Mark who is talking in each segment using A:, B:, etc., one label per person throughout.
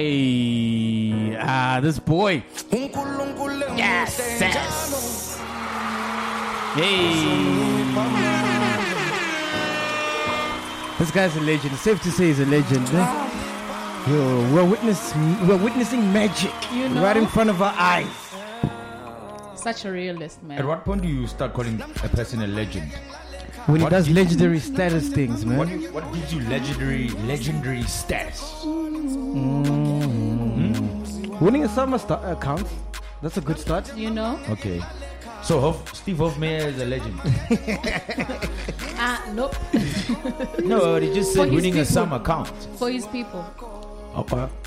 A: Hey, ah, this boy. Yes, yes. Hey. This guy's a legend. It's safe to say he's a legend. Yo, we're, witness, we're witnessing magic
B: You know.
A: right in front of our eyes.
B: Such a realist, man.
C: At what point do you start calling a person a legend?
A: When
C: What
A: he does
C: did-
A: legendary status things, man.
C: What, what gives you legendary legendary status?
A: Winning a summer sta- uh, counts. That's a good start.
B: You know?
C: Okay. So Hoff, Steve Hoffmeyer is a legend.
B: Ah, nope.
C: no, they just
B: For
C: said
B: his
C: winning a
B: people.
C: sum account.
B: For his people.
C: Oh, uh.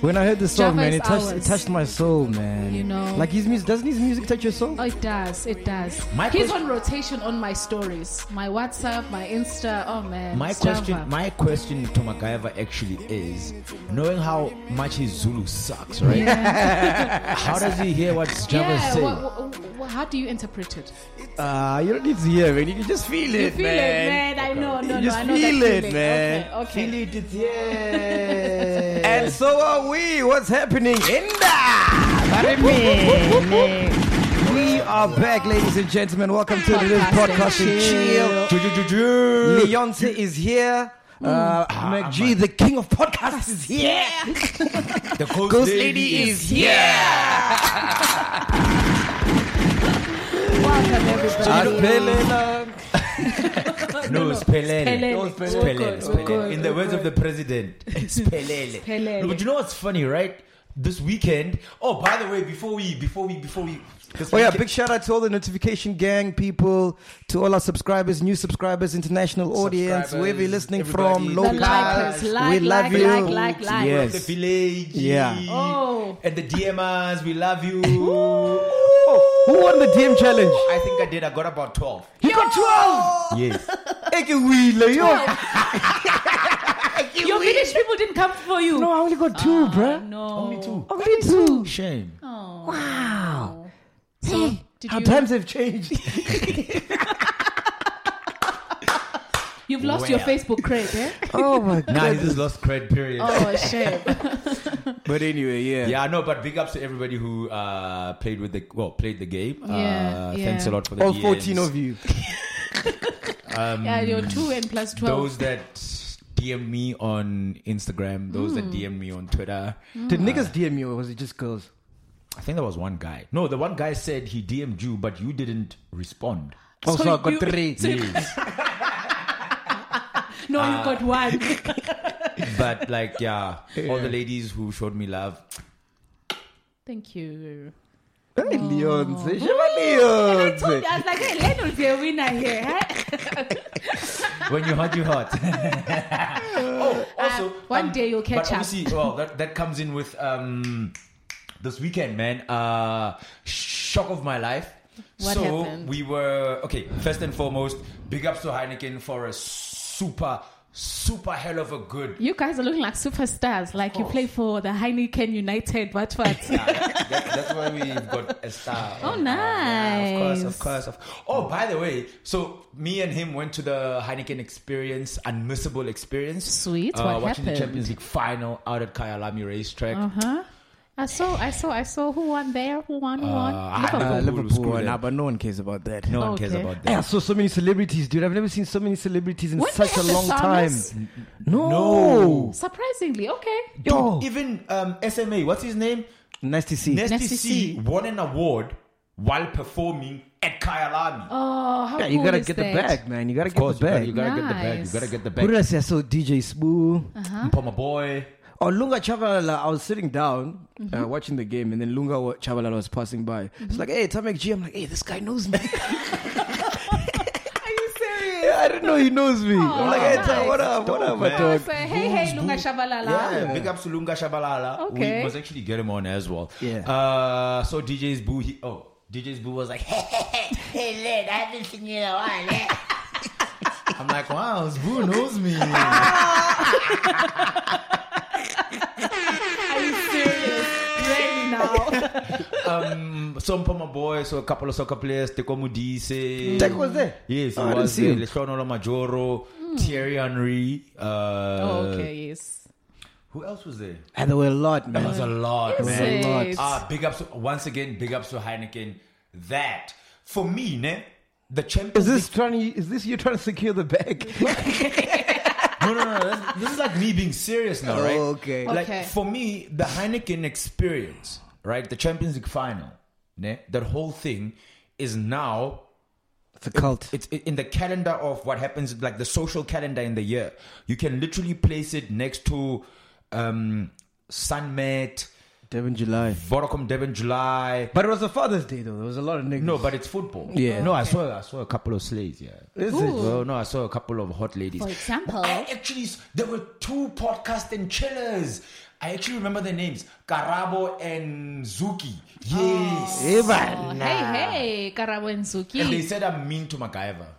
A: When I heard this song,
B: Java
A: man,
B: is
A: it touched, it
B: ours.
A: touched my soul, man.
B: You know.
A: like his music. Doesn't his music touch your soul?
B: Oh, it does. It does.
C: My
B: He's
C: quest-
B: on rotation on my stories, my WhatsApp, my Insta. Oh man.
C: My
B: it's
C: question,
B: Java.
C: my question to MacGyver actually is, knowing how much his Zulu sucks, right? how does he hear what Java
B: yeah.
C: says?
B: wha- wha- wha- how do you interpret it?
A: Ah, you don't need to hear, man. You can just feel
B: You
A: it,
B: feel
A: man.
B: it, man. I know. No,
A: You
B: no.
A: just
B: I know
A: feel
B: that
A: it,
B: feeling.
A: man.
B: Okay. okay.
C: Feel it, it's yeah.
A: And so are we. What's happening in the? We are back, ladies and gentlemen. Welcome to this
B: Podcast and
A: podcast and chill.
C: Ju- ju- ju- ju.
A: Leonce is here. Uh,
C: Ah,
A: McG, the king of podcasts, is here.
C: The ghost,
A: Ghost Lady is here.
B: Welcome everybody.
A: Aspelela.
C: No, it's Pelele.
B: Pelele.
C: It's Pelele. It's
B: Ukhona,
C: Pelele. In the words of
B: ukhona.
C: the president, it's Pelele.
B: Pelele.
C: No, but you know what's funny, right? This weekend. Oh, by the way, before we, before we, before we. This
A: Oh yeah,
C: weekend-
A: big shout out to all the notification gang people, to all our subscribers, new subscribers, international audience,
C: Subscribers,
A: wherever you're listening
C: everybody.
A: from,
C: The
A: local.
B: likers, like,
A: we love
B: like,
A: you.
B: like, like, like.
A: Yes.
C: the village.
A: Yeah.
B: Oh.
C: And the DMers, we love you.
A: Oh, who won the DM challenge?
C: I think I did. I got about 12.
A: He got 12!
C: Yes.
A: Eke wheeler, yo.
B: Your village people didn't come for you.
A: No, I only got two, bruh.
B: Ah, No.
C: Me too.
A: Only two.
C: Shame.
B: Oh.
A: Wow.
B: Did
A: How
B: you,
A: times have changed.
B: You've lost your
C: Well.
B: Facebook cred, eh?
A: Oh my god.
C: Nah, he just lost cred, period.
B: Oh, shit.
A: But anyway,
C: Yeah, I know, but big ups to everybody who uh, played with the well played the game.
B: Yeah,
C: uh,
B: yeah.
C: Thanks a lot for the
A: All
C: DMs.
A: 14 of you.
B: yeah, you're 2 and plus 12.
C: Um, Those that DM me on Instagram, those
B: Mm.
C: that DM me on Twitter.
A: Did niggas DM you or was it just girls?
C: I think there was one guy. No, the one guy said he DM'd you, but you didn't respond.
A: Oh,
B: So
A: so I got
B: you-
A: three.
B: so- no,
C: Ah.
B: you got one.
C: but like, yeah, all the ladies who showed me love.
B: Thank you.
A: Hey, Leonce.
B: I
A: Shema
B: told you,
A: Leonce.
B: I was like, hey, Len will be a winner here. huh?
C: When you hot, you hot. oh,
B: Uh,
C: also
A: um,
B: one day you'll catch
C: but
B: up.
C: obviously,
A: uh,
C: well, that that comes in with um this weekend, man. Uh, shock of my life.
B: What
C: so
B: happened?
C: we were okay. First and foremost, big ups to Heineken for a super, super hell of a good.
B: You guys are looking like superstars. Like, you play for the Heineken United, what, what?
C: That- that's why we've got a star.
B: Oh,
C: Yeah, of course, of
B: nice.
C: course. Of, oh, by the way, so me and him went to the Heineken Experience, unmissable experience.
B: Sweet,
C: Uh,
B: what
C: watching the
B: happened?
C: Champions League final out at Kyalami Racetrack.
B: Uh huh. I saw, I saw, I saw who won there, who won, who won.
C: Uh,
B: Liverpool.
A: Uh,
C: Liverpool was
A: Liverpool,
C: good.
A: nah, but no one cares about that.
C: No one
B: Okay.
C: cares about
A: Hey, I
C: that.
A: saw so many celebrities, dude. I've never seen so many celebrities in
B: Weren't they
A: such a
B: at the
A: long time.
B: saunas?
A: No.
C: No.
B: Surprisingly, okay.
A: Yo.
C: Even um, SMA, what's his name?
A: Nice to see.
C: Nesty
B: Nasty
C: C
B: C.
C: won an award while performing at Kyalami.
B: Oh, how
A: Yeah,
B: cool
A: you gotta
B: is
A: get
B: that?
A: the bag, man. You gotta
C: of course,
A: get the bag.
C: you gotta, you gotta get the bag. You
B: Nice.
C: gotta get the bag.
A: Who did I say? I saw DJ Spoo.
C: Poma boy.
A: Oh, Lunga Chavalala. I was sitting down
B: Mm-hmm.
A: uh, watching the game, and then Lunga wa- Chavalala was passing by. It's like, hey, Tamek G. I'm like, hey, this guy knows me.
B: Are you serious? Oh,
A: yeah, I didn't know he knows me. I'm like, hey,
B: nice.
A: Ty, what up? What up, my
C: man.
B: I
A: dog?
B: say, hey, hey, Lunga
C: Yeah,
B: Shabalala.
C: big up to Lunga Shabalala.
B: Okay.
C: We must actually get him on as well.
A: Yeah.
C: Uh, so DJ's Boo, he, oh, DJ's Boo was like, hey, hey, hey, hey, Led, I haven't seen you in a while. eh?" I'm like, wow, Boo knows me.
B: Are you serious? Really
A: Uh,
B: now?
C: um, some Poma boys, so a couple of soccer players, Teko Mudise.
A: Tech was Mm. there.
C: Yes,
A: Oh,
C: I
A: I didn't
C: was
A: see
C: there.
A: him.
C: Leshonolo Majoro, Thierry Henry. Uh,
B: Mm. Oh, okay, yes.
C: Who else was there?
A: And there were a lot,
B: Uh-huh.
C: That was
A: man.
C: a lot,
B: Is
C: man.
B: it?
C: Ah, big ups once again. Big ups to Heineken. That for me, ne, the
A: Is
C: Champions.
A: this trying? To, is this you trying to secure the bag?
C: no, no, no. This, this is like me being serious now, right?
A: Oh, okay.
C: Like
B: Okay.
C: for me, the Heineken experience, right? The Champions League final, ne, that whole thing is now
A: It's a cult.
C: it's i- in the calendar of what happens like the social calendar in the year you can literally place it next to um sunmet
A: Devon July.
C: vodacom devon july
A: But it was a Father's Day though. There was a lot of niggas.
C: no but it's football
A: Yeah.
C: no i saw i saw a couple of slays yeah
A: Is it?
B: Ooh.
C: well, no, I saw a couple of hot ladies.
B: For example?
C: I
A: Uh,
C: actually, s- there were two podcast and chillers. I actually remember their names Karabo and Zuki. Yes.
A: Eh, but-
B: Oh, hey, hey, Karawenzuki.
C: And they said I'm mean to MacGyver.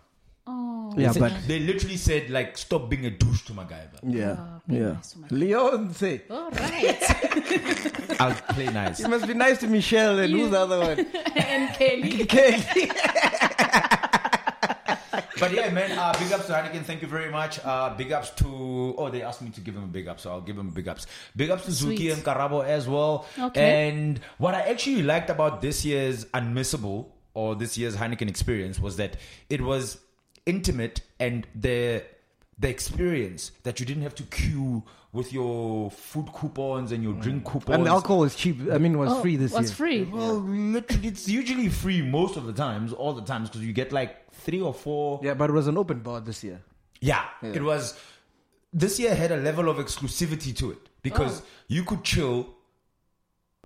B: Oh,
A: Yeah,
C: They-
A: but
C: they literally said, like, stop being a douche to MacGyver.
A: yeah,
B: be
A: yeah.
B: nice to my-
A: Leon say
B: all right.
C: I'll play nice.
A: you must be nice to Michelle and who's the other one?
B: and Kelly.
A: Kelly.
C: But yeah, man, uh, big ups to Heineken. Thank you very much. Uh, big ups to. Oh, they asked me to give him a big up, so I'll give him a big ups. Big ups to Zuki
B: Sweet.
C: and Karabo as well.
B: Okay.
C: And what I actually liked about this year's Unmissable or this year's Heineken experience was that it was intimate and the the experience that you didn't have to queue with your food coupons and your drink coupons.
A: and the alcohol was cheap. I mean, it was
B: Oh,
A: free this
B: was
A: year.
B: free.
C: Well, literally, it's usually free most of the times, all the times, because you get like three or four
A: Yeah, but it was an open bar this year.
C: Yeah, it was. This year had a level of exclusivity to it
B: Oh.
C: because you could chill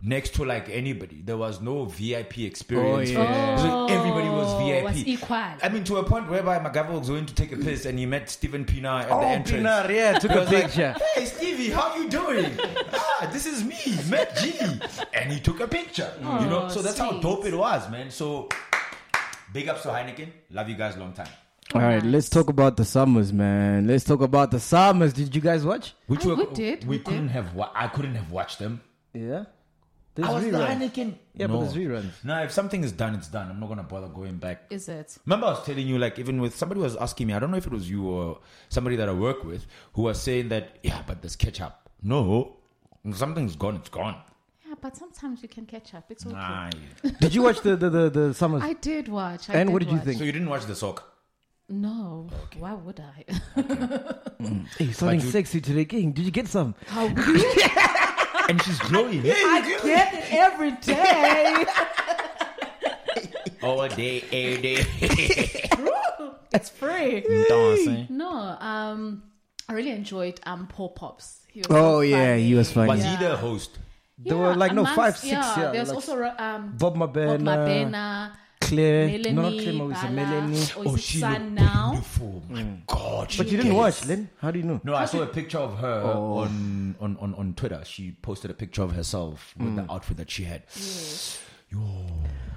C: next to like anybody. There was no VIP experience.
A: Oh,
C: for-
A: yeah.
C: so everybody was
B: Oh,
C: VIP.
B: was equal.
C: I mean, to a point whereby McGavin was going to take a piss and he met Stephen Pinar at the
A: Oh,
C: entrance.
A: Pinar, yeah, took a picture.
C: Hey Stevie, how you doing? ah, this is me, Matt G, and he took a picture. you know,
B: Oh,
C: so that's how
B: sweet.
C: dope it was, man. So, big ups to Heineken. Love you guys, long time.
A: All right, let's talk about the summers, man. Let's talk about the summers. Did you guys watch?
C: Which
B: I-
C: were,
B: Oh, we did,
C: We,
B: we did.
C: couldn't have. Wa- I couldn't have watched them.
A: Yeah. There's
C: I was the
A: reruns.
C: Heineken.
A: Yeah, but there's reruns.
C: No, if something is done, it's done. I'm not gonna bother going back.
B: Is it?
C: Remember, I was telling you, like, even with somebody was asking me. I don't know if it was you or somebody that I work with who was saying that. Yeah, but there's ketchup. No, If something's gone. It's gone.
B: Yeah, but sometimes you can catch up. It's okay.
C: Nah.
A: Did you watch the the the, the summers?
B: I did watch. I
A: and
B: did
A: what did you
B: watch.
A: think?
C: So you didn't watch the sock.
B: No. Why would I?
A: Hey, something
C: you-
A: sexy today, King. Did you get some?
B: How would you?
C: And she's glowing
B: I get it every day.
C: all day, every day.
B: it's free.
C: Dancing.
B: No, um, I really enjoyed um Paul Pops. He was so
A: Oh yeah,
B: funny.
A: he was funny.
C: Was he the host?
A: There were like no
B: amongst-
A: five, six.
B: Yeah,
A: Yeah,
B: there's
A: like
B: also ro- um
A: Bob
B: Bob
A: Mabena,
B: Mabena,
A: Claire,
B: Melanie,
A: no, not Claire, Mo- it's a
B: Bala,
A: Melanie.
B: or Oh, is it Sun
C: looked
B: now?
C: Oh, beautiful. My God.
A: Mm. But
C: she
A: you didn't
C: gets-
A: watch, Lynn. How do you know?
C: No, I saw a picture of her
B: Oh.
C: on, on, on, on Twitter. She posted a picture of herself with
B: Mm.
C: the outfit that she had. Yo.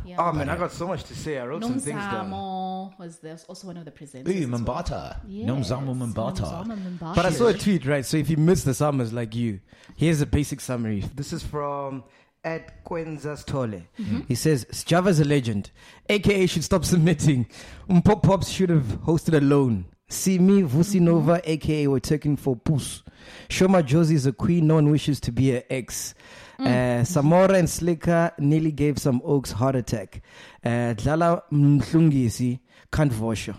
B: Yeah.
A: Oh man, I got so much to say. I wrote some things down.
B: Nomzamo was there was also one of the presenters.
C: Hey,
B: as well.
C: Mambata.
B: Yes,
C: Nomzamo Mambata.
B: Nomzamo Mambata.
A: But I saw a tweet, right? So if you missed the summers like you, here's a basic summary. This is from at Quenzas Tole. He says, Java's a legend. AKA should stop submitting. Mpop Pops should have hosted alone. See me, Vusi Nova, aka were taken for Puss. Shoma Josie is a queen no one wishes to be her ex. Uh, Samora and Slicker nearly gave some oaks heart attack. Uh, Dlala Mhlungisi can't voucher.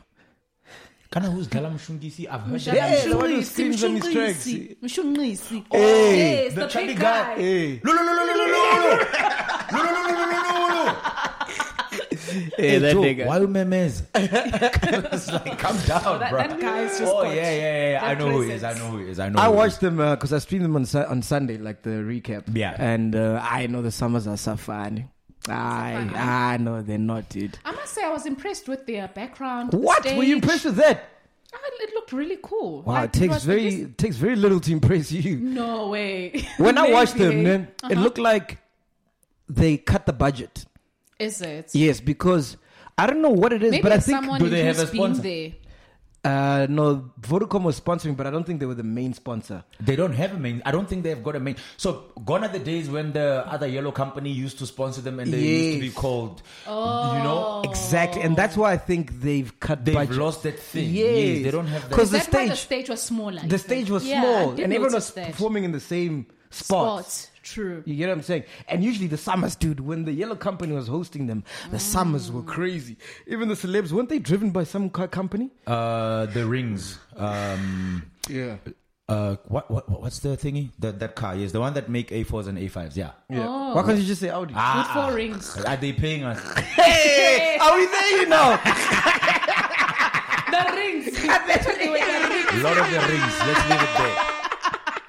C: Kana who's Gala Mshungisi? I've heard
B: Mshaka
C: that.
A: Yeah, the one who
B: Mshungisi,
A: screams when he
B: Mshungisi,
A: strikes.
B: Mshungisi.
A: Hey,
B: yes,
C: the
B: the,
C: chubby
B: big guy.
C: guy.
A: Hey,
C: No, no, no, no, no, no, no, no, no. No, no, no, no, no, no, no, no.
A: hey, that
C: Joe,
A: nigga.
C: Why you memes? It's like, calm down,
B: Oh, that-
C: bro.
B: that guy is just
C: Oh,
B: got-
C: yeah, yeah, yeah. I
B: that
C: know who he
B: presence.
C: is. I know who he is. I know
A: I
C: who he is.
A: watched them because I streamed them on su- on Sunday, like the recap.
C: Yeah.
A: And uh, I know the summers are safari. I I know they're not, dude.
B: I must say I was impressed with their background.
A: What
B: Stage.
A: were you impressed with that?
B: looked really cool.
A: Wow,
B: Like,
A: it takes
B: was the
A: very
B: least-
A: it takes very little to impress you.
B: No way.
A: When I watched
B: Maybe.
A: them, man, it
B: Uh-huh.
A: looked like they cut the budget.
B: Is it?
A: Yes, because I don't know what it is,
B: Maybe
A: but I
B: it's
A: think
B: someone
C: do they have
B: who's
C: a
B: been
C: sponsor?
B: there.
A: uh, no Vodacom was sponsoring, but I don't think they were the main sponsor.
C: They don't have a main. I don't think they've got a main. So gone are the days when the other yellow company used to sponsor them, and they used to
A: Yes.
C: be called.
B: Oh.
C: You know,
A: Exactly, and that's why I think they've cut.
C: they've
A: budget.
C: lost that thing.
A: Yes.
C: Yes, they don't have that.
A: 'Cause the
B: Is that why the
A: stage-
B: stage was smaller?
A: The stage was
B: Yeah, I
A: small,
B: did
A: and everyone
B: notice
A: was
B: that.
A: performing in the same spots.
B: Spots. True.
A: You get what I'm saying? And usually the summers, dude, when the Yellow Company was hosting them, the summers were crazy. Even the celebs, weren't they driven by some car company?
C: Uh, the rings. Um,
A: Yeah.
C: uh, what, what what- what's the thingy? That that car? Yes, the one that make A fours and A fives. Yeah.
A: yeah.
B: Oh.
A: Why can't you just say Audi?
B: With four rings.
C: Are they paying us?
A: Hey, are we there? You know,
B: the rings. They were the rings.
C: A lot of the rings. Let's leave it there.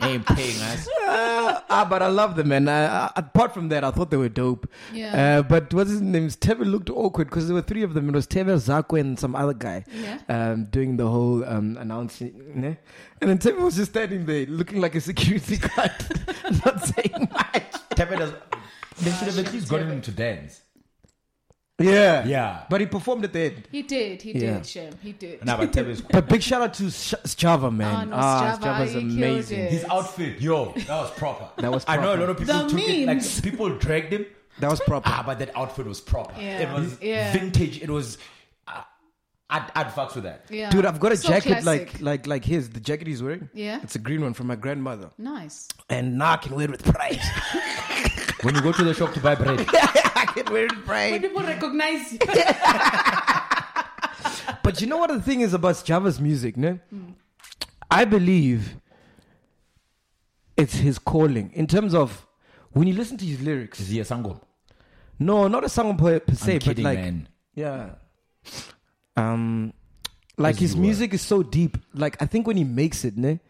C: Ain't paying us.
A: ah, but I love them, man. Uh, apart from that, I thought they were dope.
B: Yeah.
A: Uh, but what's his name? Teve looked awkward because there were three of them. It was Teve, Zako, and some other guy.
B: Yeah.
A: Um, doing the whole um, announcing, ne? and then Teve was just standing there looking like a security guard, not saying much.
C: Tepe does. They should have at least gotten him to dance.
A: Yeah.
C: Yeah.
A: But he performed at the end.
B: He did. He
A: Yeah.
B: did, Shem. He did.
C: Nah, but Tepe is.
A: But big shout out to Sh- Java,
B: Ah,
A: man.
B: no,
A: Ah,
B: Sjava,
A: Java's
B: he killed
A: amazing.
B: it.
C: His outfit, yo, that was proper.
A: That was
C: I know a
A: proper.
C: lot of people
B: The
C: took it
B: memes.
C: like people dragged him.
A: That was proper.
C: Ah, but that outfit was proper.
B: Yeah.
C: It was
B: Yeah.
C: vintage. It was. Uh, I'd, I'd fucks with that.
B: Yeah.
A: Dude, I've got a
B: So
A: jacket like
B: classic.
A: like like his. The jacket he's wearing.
B: Yeah.
A: It's a green one from my grandmother.
B: Nice.
A: And now I can wear it with pride.
C: When you go to the shop to buy bread,
A: I can wear it with
B: When
A: pride.
B: people recognize you.
A: But you know what the thing is about Java's music, no? I believe it's his calling in terms of when you listen to his lyrics.
C: is he a sangom?
A: No, not a song per, per
C: I'm
A: se, but
C: kidding,
A: like
C: man.
A: Yeah. Um, like
C: As
A: his
C: you were.
A: music is so deep. Like I think when he makes it, ne,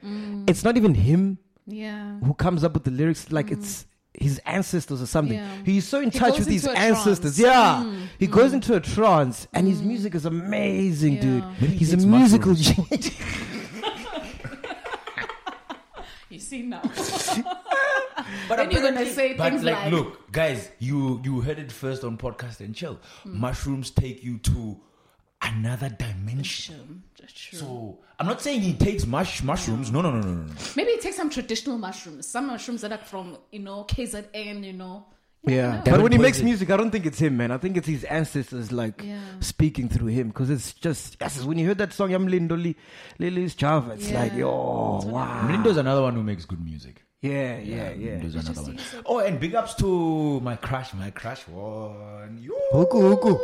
A: it's not even him
B: yeah.
A: who comes up with the lyrics. Like it's his ancestors or something.
B: Mm. Yeah.
A: He's so in
B: He
A: touch
B: goes
A: with his
B: into a
A: ancestors.
B: trance. Mm.
A: Yeah, he goes into a trance, and his music is amazing, dude.
B: Yeah.
C: Maybe he
A: He's a
C: takes
A: musical genius.
B: You see now.
C: But
B: Then you're gonna
C: apparently-
B: say
C: but
B: things
C: like,
B: like-
C: look, guys, you you heard it first on podcast and chill.
A: Hmm.
C: Mushrooms take you to another dimension.
B: Shem, that's true.
C: So I'm not saying he takes mush mushrooms. No, no, no, no, no, no.
B: Maybe take some traditional mushrooms. Some mushrooms that are from, you know, KZN, you know.
A: yeah,
C: Devin
A: but when he makes
C: Boyce.
A: music, I don't think it's him, man. I think it's his ancestors, like
B: Yeah.
A: speaking through him, because it's just yes. When you heard that song, Yamlindoli, Lily's Java, it's
B: Yeah.
A: like yo, wow,
C: Mlindo's another one who makes good music.
A: yeah, yeah, Ah. yeah.
C: Mlindo's another one. Oh, and big ups to my crush, my crush one. Yo.
A: Huku huku.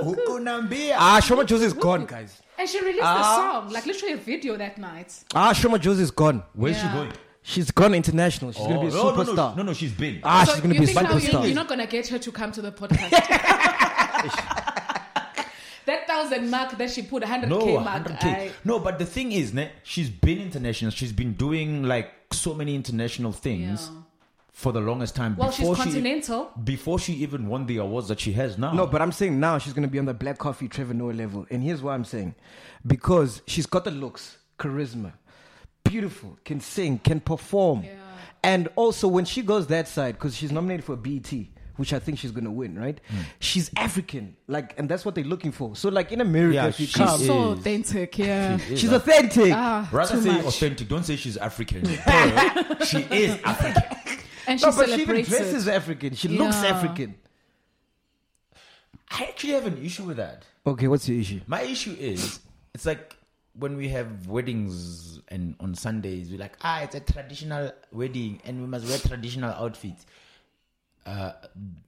C: Huku Nambia.
A: Ah, Shoma Josie is gone, guys.
B: And she released
A: Ah.
B: a song, like literally a video that night.
A: Ah, Shoma Josie is gone.
C: Where's
B: Yeah.
C: she going?
A: She's gone international. She's gonna be a
C: Oh, no,
A: superstar.
C: No, no, no, no, she's been.
A: Ah,
B: so
A: she's gonna
B: you
A: be a
B: think now you,
A: superstar.
B: you're not gonna get her to come to the podcast? that thousand mark that she put, hundred
C: no,
B: k mark.
C: 100K.
B: I,
C: no, but the thing is, ne, she's been international. She's been doing like so many international things
B: Yeah.
C: for the longest time.
B: well, she's
C: she-
B: continental.
C: before she even won the awards that she has now.
A: No, but I'm saying now she's gonna be on the Black Coffee Trevor Noah level. And here's why I'm saying, because she's got the looks, charisma, beautiful, can sing, can perform,
B: Yeah.
A: and also when she goes that side, because she's nominated for a BET, which I think she's gonna win, right?
C: Hmm.
A: She's African, like, and that's what they're looking for. So, like in America,
C: Yeah,
A: if you
C: she's-
A: come,
C: She
B: so
C: is.
B: authentic, yeah.
A: she's authentic.
B: Ah,
C: rather
B: too
C: say
B: much.
C: authentic. Don't say she's African. Bro, she is African.
B: and she
A: no, but she even
B: celebrates
A: dresses
B: it.
A: African. She looks
B: Yeah.
A: African.
C: I actually have an issue with that.
A: Okay, what's your issue?
C: My issue is, it's like when we have weddings and on Sundays, we're like, ah, it's a traditional wedding and we must wear traditional outfits. Uh,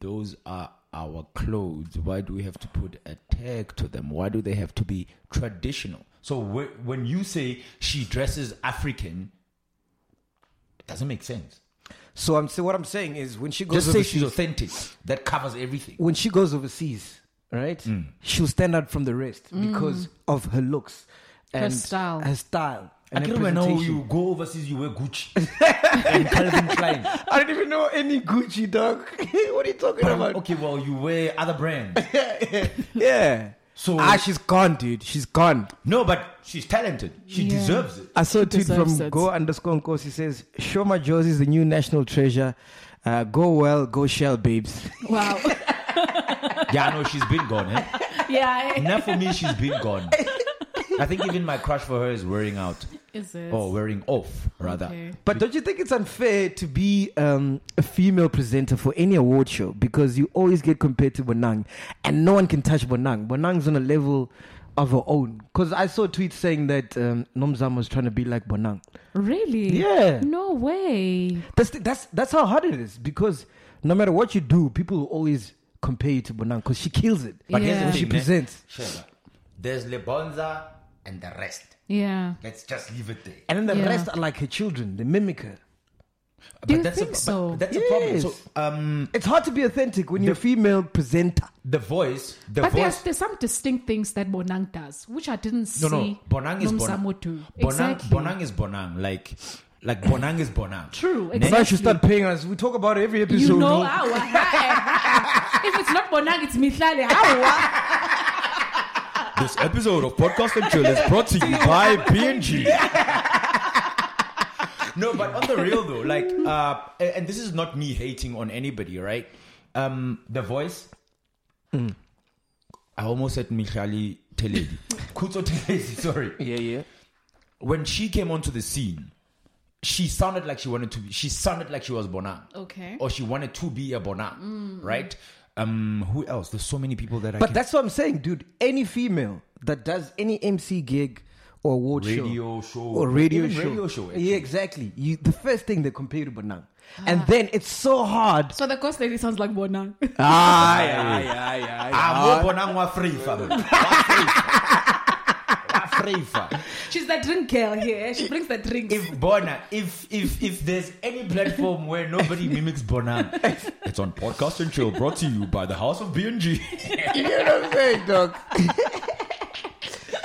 C: those are our clothes. Why do we have to put a tag to them? Why do they have to be traditional? So wh- when you say she dresses African, it doesn't make sense.
A: So I'm so what I'm saying is when she goes
C: Just say
A: overseas,
C: she's authentic. That covers everything.
A: when she goes overseas, right? She'll stand out from the rest because of her looks and
B: style.
A: Her style.
C: I
A: And her
C: can't remember now
A: presentation.
C: you go overseas, you wear Gucci and Calvin Klein.
A: I don't even know any Gucci dog. what are you talking
C: But,
A: about?
C: okay, well, you wear other brands.
A: Yeah.
C: So
A: Ah, she's gone, dude. She's gone.
C: no, but she's talented. She
B: Yeah.
C: deserves it.
A: I saw a tweet
D: Deserves
A: from
D: it.
A: Go underscore Nkosi says, Shoma Josie is the new national treasure. Uh, go well, go shell, babes.
B: Wow.
C: Yeah, I know she's been gone. Eh?
B: yeah. I-
C: Enough for me, she's been gone. I think even my crush for her is wearing out
B: Is it?
A: Oh,
C: or wearing off rather.
B: Okay.
A: But don't you think it's unfair to be um, a female presenter for any award show because you always get compared to Bonang and no one can touch Bonang. Bonang's on a level of her own. Because I saw tweets saying that um, Nomzam was trying to be like Bonang.
B: Really?
A: Yeah.
B: No way.
A: That's, the, that's, that's how hard it is because no matter what you do, people will always compare you to Bonang because she kills it.
C: But here's
B: Yeah.
C: the thing,
A: She
C: ne?
A: presents.
C: Sheba, There's Lebonza and the rest.
B: Yeah.
C: Let's just leave it there.
A: And then the
B: Yeah.
A: rest are like her children. They mimic her.
B: Do you
C: that's
B: think
C: a,
B: so?
C: But that's a problem.
A: Yes.
C: So, um,
A: It's hard to be authentic when you're a female presenter.
C: the voice, the
B: But there's,
C: voice.
B: there's some distinct things that Bonang does, which I didn't see.
C: No, no. Bonang is Bonang.
B: Nomzamo do.
C: Bonang,
B: exactly.
C: Bonang is Bonang. Like, like Bonang is Bonang.
B: True.
A: But
C: Ne?
A: now she
B: Exactly.
A: start paying us. We talk about it every episode.
B: You know,
A: no?
B: awa, ha, eh, if it's not Bonang, it's Mitlale.
C: uh?
B: Awa.
C: This episode of Podcast and Chill is brought to you by PNG. no, but on the real though, like, uh, a- and this is not me hating on anybody, right? Um, the voice.
A: Hmm.
C: I almost said Michali Teledi. Kuto Teledi, sorry.
A: Yeah, yeah.
C: When she came onto the scene, she sounded like she wanted to be, she sounded like she was Bonang.
B: Okay.
C: Or she wanted to be a Bonang, right? Um, who else? There's so many people that I
A: Hmm. But
C: can
A: that's what I'm saying, dude. Any female that does any MC gig or award show
C: radio show
A: or radio
C: Even
A: show,
C: radio show actually.
A: yeah, exactly. You, the first thing they compare to Bonang,
B: Ah.
A: and then it's so hard.
B: So the ghost lady sounds like Bonang.
A: ah,
C: yeah,
A: yeah, yeah,
C: Ah, mo bonang wa Freifa, bro. Wa Freifa. Wa Freifa.
B: She's the drink girl here. She brings the drinks.
C: If Bona, if if if there's any platform where nobody mimics Bonang, it's on podcast and chill. Brought to you by the House of BNG.
A: You know what I'm saying, dog?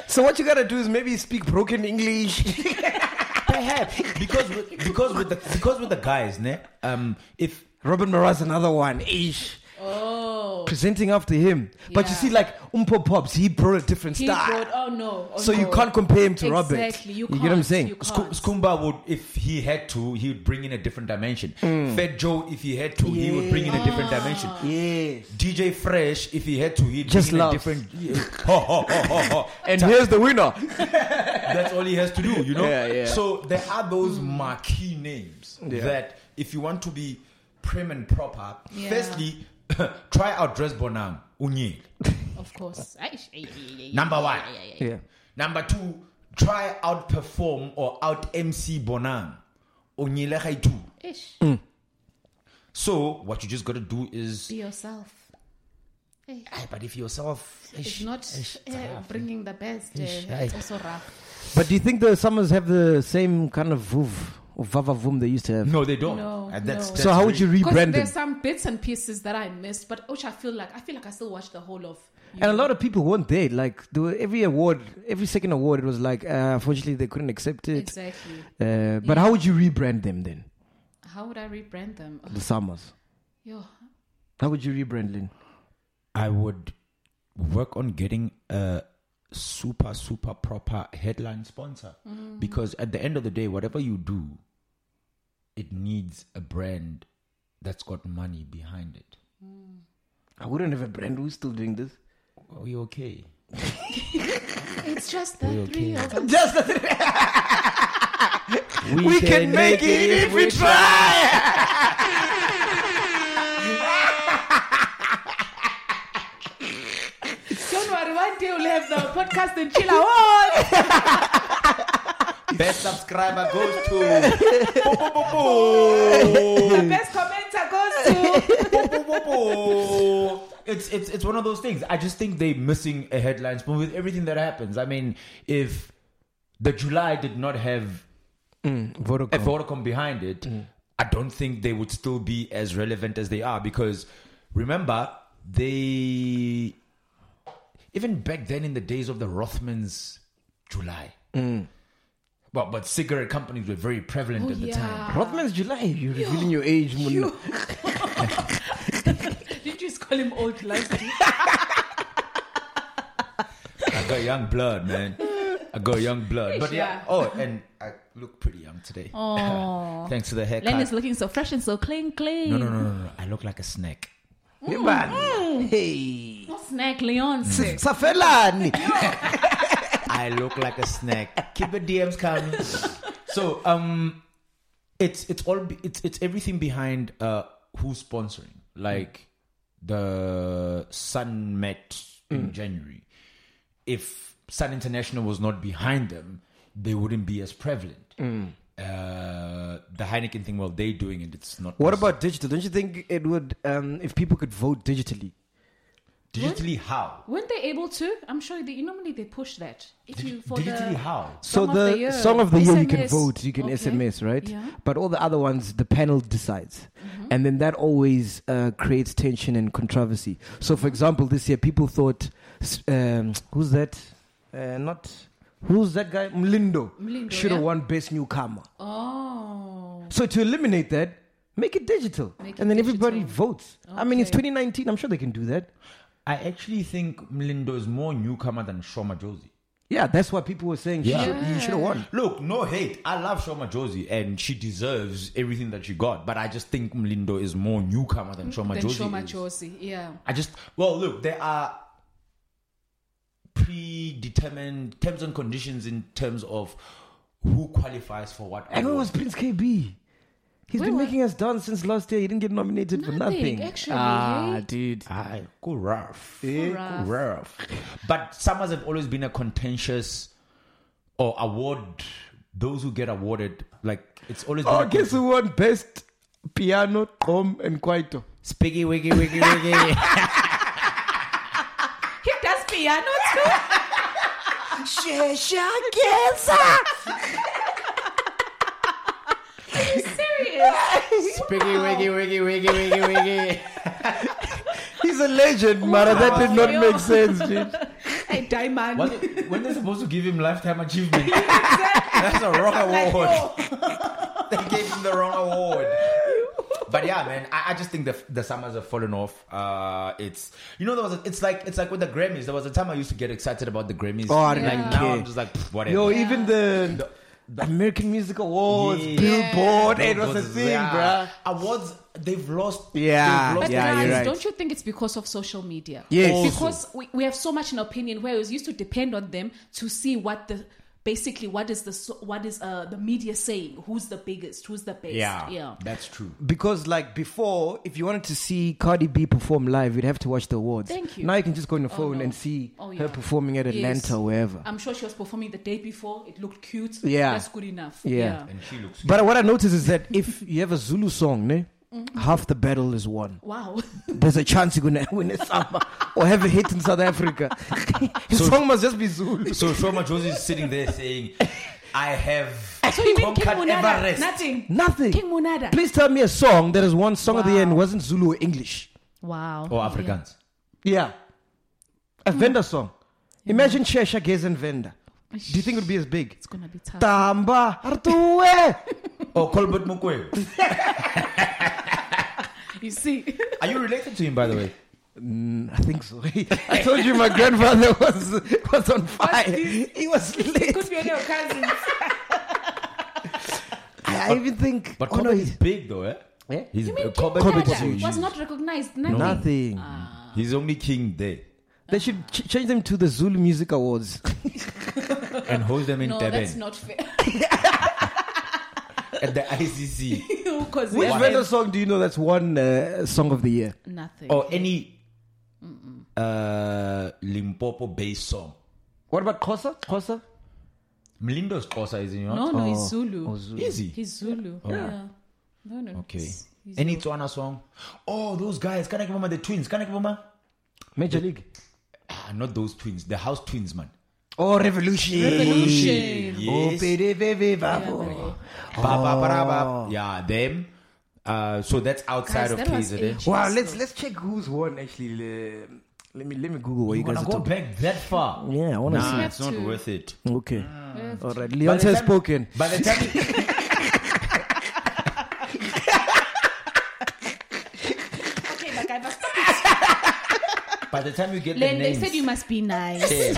A: so what you gotta do is maybe speak broken English.
C: Perhaps because with, because with the because with the guys, ne, um, if
A: Robin Mora's another one, ish.
B: oh.
A: Presenting after him, but you
B: Yeah.
A: see, like Umpo Pops, he brought a different
B: He
A: style.
B: brought, oh no. oh
A: so you
B: no.
A: can't compare him to Robert.
B: Exactly. You, can't,
A: get what I'm saying?
B: You can't.
C: Sco- Skumba would, if he had to, he would bring in a different dimension. Fed Joe, if he had to, he would bring in a different dimension.
B: oh.
A: Yes.
C: DJ Fresh, if he had to, he'd
A: Just
C: be in a
A: laughs.
C: different. Ho, ho, ho, ho, ho.
A: And here's the winner.
C: That's all he has to do, you know.
A: Yeah, yeah.
C: So there are those marquee names that, if you want to be prim and proper,
B: Yeah.
C: firstly, try out Dress Bonam Unye.
B: Of course. Aish, ay, ay, ay, ay,
C: Number
B: ay,
C: one.
B: ay, ay, ay.
A: Yeah.
C: Number two, try out perform or out MC Bonam Unye Lekaitu.
B: Ish.
C: Mm. So what you just got to do is,
B: Be yourself. Hey,
C: Ay, but if yourself,
B: It's not eh, bringing the best. eh, It's also rough.
A: But do you think the Summers have the same kind of vuv or vava vum they used to have?
C: no, they don't.
B: No,
C: And that's,
B: no.
C: that's
A: so how would
C: really-
A: you
B: Because
A: rebrand them?
B: there's some bits and pieces that I missed, but which I feel like I feel like I still watch the whole of.
A: And a lot of people weren't there. Like there were every award, every second award, it was like uh, unfortunately they couldn't accept it.
B: exactly.
A: Uh, but how would you rebrand them then?
B: How would I rebrand them? Oh,
A: The Summers.
B: yo,
A: How would you rebrand Lynn?
C: I would work on getting a super, super proper headline sponsor because at the end of the day, whatever you do, it needs a brand that's got money behind it.
A: I wouldn't have a brand. Who's still doing this?
C: Are we okay?
B: it's just the three of us.
A: Just we, can, make, it, if we try.
B: Don't worry, one day we'll have the podcast Oh, and chill out.
C: Best subscriber goes to. Bo- bo- bo-
B: the best commenter goes to.
C: bo- bo- bo- bo. Oh. It's, it's, it's one of those things. I just think they're missing a headline sponsor with everything that happens. I mean, if the July did not have a Vodacom behind it, I don't think they would still be as relevant as they are because remember they even back then in the days of the Rothmans July. Well, but cigarette companies were very prevalent
B: Oh,
C: at the time.
B: yeah.
A: Rothman's July. You're revealing your age, Muna.
B: You. Did you just call him old last
C: I got young blood, man. I got young blood. But yeah.
B: Yeah.
C: Oh, and I look pretty young today.
B: Oh.
C: Thanks to the haircut.
B: Len is looking so fresh and so clean, clean.
C: no, no, no, no, no. I look like a snack.
A: Yeah,
B: Mm.
A: man. Hey.
B: Not snack, Leon.
C: Mm.
B: sis.
A: Safelani.
C: I look like a snack. Keep the DMs coming. So um, it's it's all be- it's it's everything behind uh who's sponsoring like the Sun Met in January. If Sun International was not behind them, they wouldn't be as prevalent. Uh, the Heineken thing, well, they're doing it. It's not.
A: What about digital? Don't you think it would, um, if people could vote digitally?
C: digitally? How
B: Weren't they able to? I'm sure they normally they push that. If you for
C: digitally?
B: the
C: How?
A: So
B: Song of
A: the,
B: the uh, year.
A: song of the year, you can
B: SMS.
A: vote, you can
B: Okay.
A: SMS, right?
B: Yeah. Mm-hmm.
A: But all the other ones, the panel decides, and then that always uh, creates tension and controversy. So, for example, this year people thought, s- um, who's that? Uh, not who's that guy? Mlindo,
B: Mlindo,
A: should have
B: yeah.
A: won best newcomer.
B: Oh.
A: So to eliminate that, make it digital,
B: Make
A: and
B: it
A: then everybody
B: digital.
A: votes. I mean, it's
B: Okay.
A: 2019. I'm sure they can do that.
C: I actually think Mlindo is more newcomer than Shoma Josie.
A: Yeah, that's what people were saying.
C: Yeah.
A: She should, you should have won.
C: Look, no hate. I love Shoma Josie and she deserves everything that she got. But I just think Mlindo is more newcomer than Shoma
B: then
C: Josie.
B: Shoma
C: is.
B: Josie, yeah.
C: I just, well, look, there are predetermined terms and conditions in terms of who qualifies for what.
A: And where
C: award.
A: was Prince KB? He's
B: Where
A: been
B: wa-
A: making us dance since last year. He didn't get nominated for
B: Nothing,
A: nothing. Ah,
B: actually, hey?
A: dude.
C: I go rough.
A: Eh,
B: Go rough.
C: But summers have always been a contentious or award. Those who get awarded, like, it's always been.
A: Oh,
C: a
A: guess who won best piano, tom, and kwaito?
C: Spiggy, wiggy, wiggy, wiggy.
B: He does piano too. Are you serious?
C: Spiggy, wiggy, wiggy, wiggy, wiggy, wiggy.
A: He's a legend, Mara. That did not
B: yo.
A: make sense, dude.
B: Hey, Diamond.
C: Was it- when they're supposed to give him lifetime achievement? That's a wrong award. they gave him the wrong award. But yeah, man, I, I just think the the summers have fallen off. Uh, it's you know there was a, it's like it's like with the Grammys. There was a time I used to get excited about the Grammys.
A: Oh, I
C: like
A: didn't
C: now
A: care.
C: I'm just like pff, whatever.
A: Yo, even the, American Music Awards,
C: Yeah.
A: Billboard, it
C: Those
A: was a
C: was-
A: thing,
C: yeah.
A: bruh.
C: Awards they've lost.
A: Yeah,
C: they've
B: But
C: lost
A: yeah,
B: guys,
A: you're right.
B: don't you think it's because of social media?
A: Yes.
C: Also.
B: Because we, we have so much an opinion, whereas we used to depend on them to see what the basically what is the so- what is uh the media saying? Who's the biggest? Who's the best?
C: yeah,
B: yeah.
C: that's true.
A: Because like before, if you wanted to see Cardi B perform live, you'd have to watch the awards.
B: Thank you.
A: Now you can just go on your
B: Oh,
A: phone
B: no.
A: and see
B: Oh,
A: her
B: yeah.
A: performing at Atlanta
B: Yes.
A: or wherever.
B: I'm sure she was performing the day before. It looked cute.
A: Yeah.
B: that's good enough.
A: Yeah.
C: And she looks.
A: But what I noticed is that if you have a Zulu song, ne, half the battle is won.
B: Wow.
A: There's a chance you're gonna win a samba or have a hit in South Africa. His song must just be Zulu.
C: So Shoma Josie is sitting there saying, I have
B: so you mean King
C: conquered
B: Munada?
C: Everest.
B: Nothing.
A: Nothing.
B: King Munada.
A: Please tell me a song that has won song of the year and
B: Wow.
A: wasn't Zulu or English.
B: Wow.
A: Oh,
C: Or Afrikaans.
A: Yeah, a vendor song. Imagine Cheshire Gaze and Venda. Do you think it would be as big?
B: It's gonna be tough.
A: Tamba Artuwe.
C: Or Oh, Colbert Mukwege.
B: You see,
C: Are you related to him, by the way?
A: I think so. I told you my grandfather was was on fire.
B: this?
A: He was lit.
B: could be any of cousins.
A: I, I even think.
C: But
A: oh, no,
C: Colbert is
A: he's-
C: big, though, eh?
A: Eh?
C: He's,
B: You mean
C: uh,
B: King
C: Colbert
A: Colbert
C: is
A: Munada
B: Munada
C: huge.
B: was not recognized? Nothing.
A: Nothing.
C: He's only king there.
A: They should ch- change them to the Zulu Music Awards.
C: And hold them in
B: No, that's
C: Durban
B: not fair.
C: at the ICC.
B: 'Cause
A: Which
B: yeah.
A: vendor song do you know that's one uh, song of the year?
B: Nothing.
C: or Oh, any uh, Limpopo based song.
A: What about Kosa? Kosa?
C: Mlindo's Kosa, is he not?
B: No, no, he's
A: Oh,
B: Zulu.
A: Zulu.
C: Is he?
B: He's Zulu. Yeah. No, no.
C: Okay.
B: he's- he's
C: Any Tswana song? Oh, those guys. Can I give mama the twins? Can I give mama?
A: Major League.
C: Ah, not those twins. The house twins, man.
A: Oh, Revolution.
B: Revolution.
A: Oh,
C: Yes.
A: baby, Oh. baby, baby.
B: Zulu.
C: Ba, ba, ba, da, ba. Yeah, them. Uh, so that's outside
B: Guys,
C: of eh?
B: that was
C: KZN.
B: ancient.
A: Wow, let's let's check who's won actually. Le- Let me let me Google what you,
C: You
A: guys
C: wanna
A: are
C: go
A: talking.
C: back that far?
A: Yeah, I want to
C: Nah,
B: have
C: it's not
B: to.
C: worth it.
A: see. Okay,
B: have
A: all right.
C: By
A: Leon
C: the
A: has
C: time-
A: spoken.
C: By the time,
B: Okay, like I've
C: by the time you get the
B: Len, they
C: names,
B: said you must be nice.
C: yeah,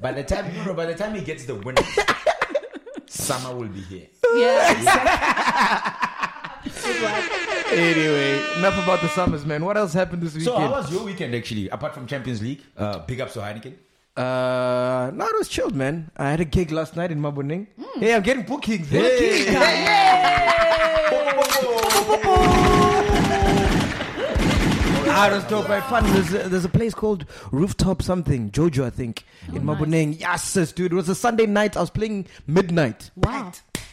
C: By the time no, no, by the time he gets the winners, summer will be here.
B: Yeah.
A: Anyway, enough about the summers, man. What else happened this
C: So how
A: weekend?
C: was your weekend actually? Apart from Champions League, uh, big ups to Heineken.
A: uh, no, it was chilled, man. I had a gig last night in Mabuning. Hey, I'm getting Hmm. bookings.
C: Hey.
A: Oh! Ah, it was dope. I had fun. There's a, there's a place called Rooftop Something, Jojo, I think, in Maboneng. Yes, sis, dude. It was a Sunday night. I was playing midnight.
B: wow.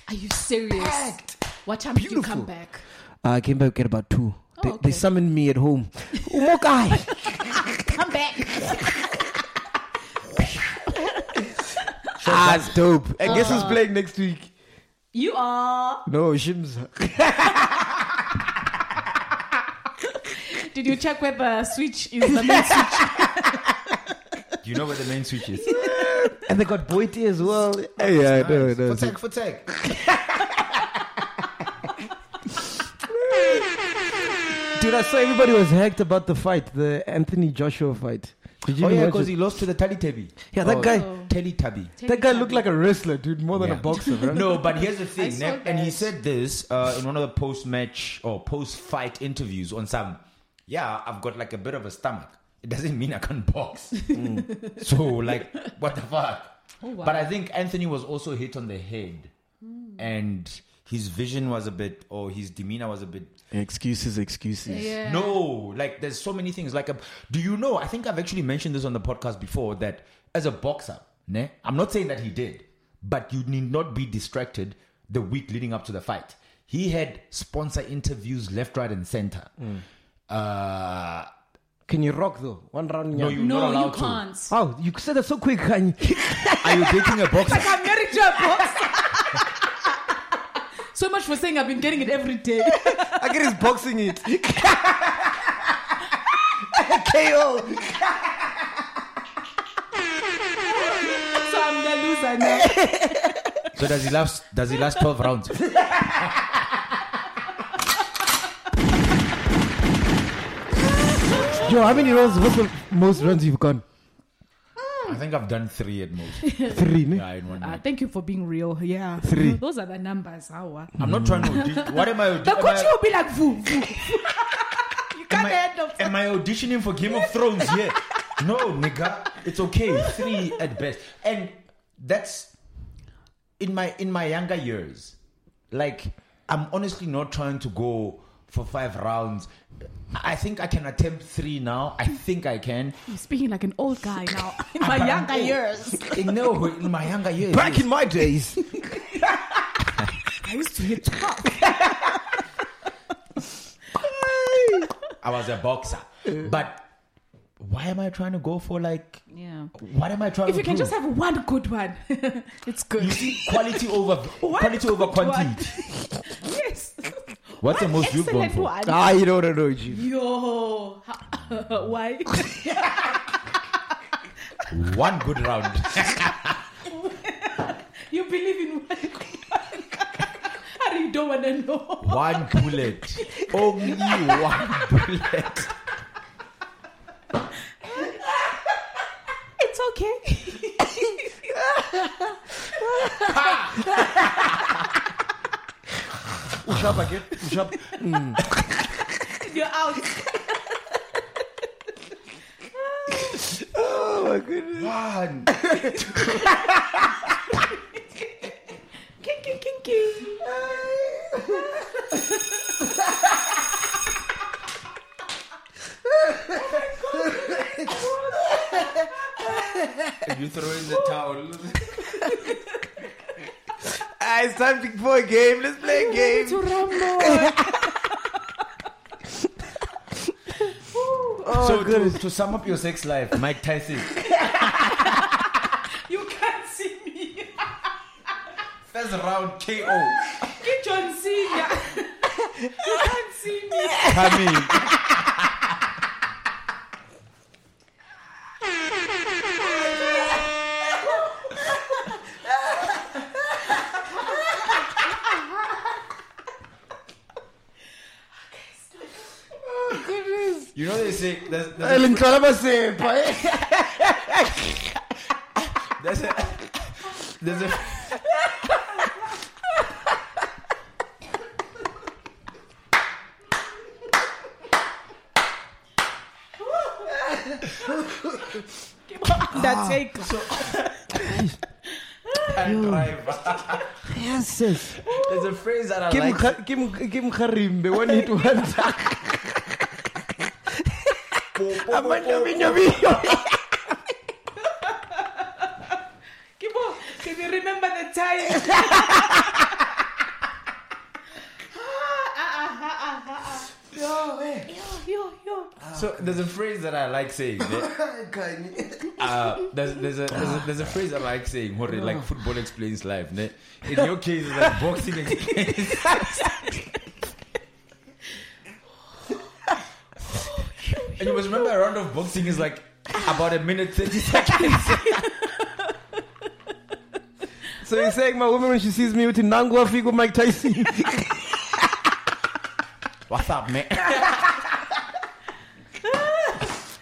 B: Are you serious? What time did you
A: Beautiful.
B: come back?
A: Uh, I came back at about two. They,
B: Oh,
A: they
B: okay.
A: summoned me at home. Oh, guy.
B: Come back.
A: ah, it's dope. I guess who's playing next week?
B: You are.
A: No, Shims.
B: Did you check where the switch is? The main switch?
C: Do you know where the main switch is?
A: And they got Boiti as well. Hey, I know, no,
C: Futag, futag.
A: Dude, I saw everybody was hacked about the fight, the Anthony Joshua fight. Did you
C: Oh yeah,
A: watch
C: because
A: it?
C: he lost to the Tally Tabby.
A: Yeah, that
C: Oh,
A: guy-
C: Tally Tabby.
A: That guy looked like a wrestler, dude, more than a
C: Yeah.
A: boxer, bro.
C: No, but here's the
B: I
C: thing,
B: saw
C: ne- and he
B: that.
C: said this uh, in one of the post-match or post-fight interviews on some. Yeah, I've got like a bit of a stomach. It doesn't mean I can't box. Mm. so like, what the fuck?
B: Oh, wow. Hmm.
C: But I think Anthony was also hit on the head, and his vision was a bit, or his demeanor was a bit.
A: Excuses, excuses.
B: Yeah.
C: No, like there's so many things. Like, um, do you know? I think I've actually mentioned this on the podcast before that as a boxer, ne, I'm not saying that he did, but you need not be distracted the week leading up to the fight. He had sponsor interviews left, right, and center.
B: Mm.
C: Uh,
A: Can you rock though? One round.
C: no,
A: yeah.
C: you're
B: No,
C: not
B: you
C: allowed
B: can't.
A: Oh, you said that so quick, Kanye.
C: to. Are you dating a boxer?
B: I'm married to a boxer. so much for saying I've been getting it every day.
A: I get his boxing it. KO.
B: So I'm the loser now.
C: So does he last? Does he last twelve rounds?
A: Yo, how many rounds? What's the most rounds you've gone?
C: I think I've done three at most.
A: Three, ne?
C: Yeah, in one
B: Uh,
C: night.
B: thank you for being real. Yeah.
A: Three.
B: Those are the numbers. Our.
C: I'm not trying to. audi- What am I? audi-
B: The
C: am
B: coach
C: I-
B: will be like, voo, voo. you
C: Am
B: can't end
C: I,
B: up.
C: am I auditioning for Game of Thrones Yeah, No, nigga, it's okay. Three at best, and that's in my in my younger years. Like, I'm honestly not trying to go for five rounds. I think I can attempt three now. I think I can.
B: You're speaking like an old guy now. In
C: But
B: my
C: I'm
B: younger
C: old.
B: years,
C: No, in my younger years,
A: Back in my days.
B: I used to hit top.
C: I was a boxer. But why am I trying to go for like?
B: Yeah.
C: What am I trying
B: If
C: to
B: you can
C: do?
B: just have one good one, it's good.
C: hmm. you see quality over quality over
B: good one?
C: quantity.
B: Yes.
C: What's the
B: One
C: most you've gone
B: excellent one.
C: for?
A: ah, you don't know, you.
B: Yo. Why?
C: One good round.
B: You believe in one good one. Or you don't want to know.
C: one bullet. Only one bullet.
B: It's okay.
C: Push up again. Push up.
B: You're out.
C: One.
B: King, king, king, king.
C: And you throw in the towel.
A: Ah, it's time to- for a game. Let's play a
B: Ready
A: game.
B: to rumble.
A: Oh,
C: so to,
A: goodness.
C: to sum up your sex life, Mike Tyson.
B: You can't see me.
C: First round KO.
B: Get John Cena. You can't see me.
C: Come in. You
A: Eh,
C: know they say there's, there's,
A: Ellen Kalabaseba.
C: There's a. Ah.
B: That's it.
C: and drive.
A: Yes, sis.
C: There's a phrase that I
A: Kim
C: like.
A: Kha- Kim Kim Karimbe one hit wonder. Amanobinobino.
B: Kibo, can you remember the time? Yo, yo,
C: So there's a phrase that I like saying. eh? Uh, there's, there's, a, there's, a, there's a phrase I like saying. Hore,
A: Ah.
C: like football explains life. Ne? In your case, it's like boxing explains. and you must remember, a round of boxing is like about a minute thirty seconds.
A: So you're saying my woman when she sees me with Nangwa Figo Mike Tyson.
C: What's up, man?
A: Ah,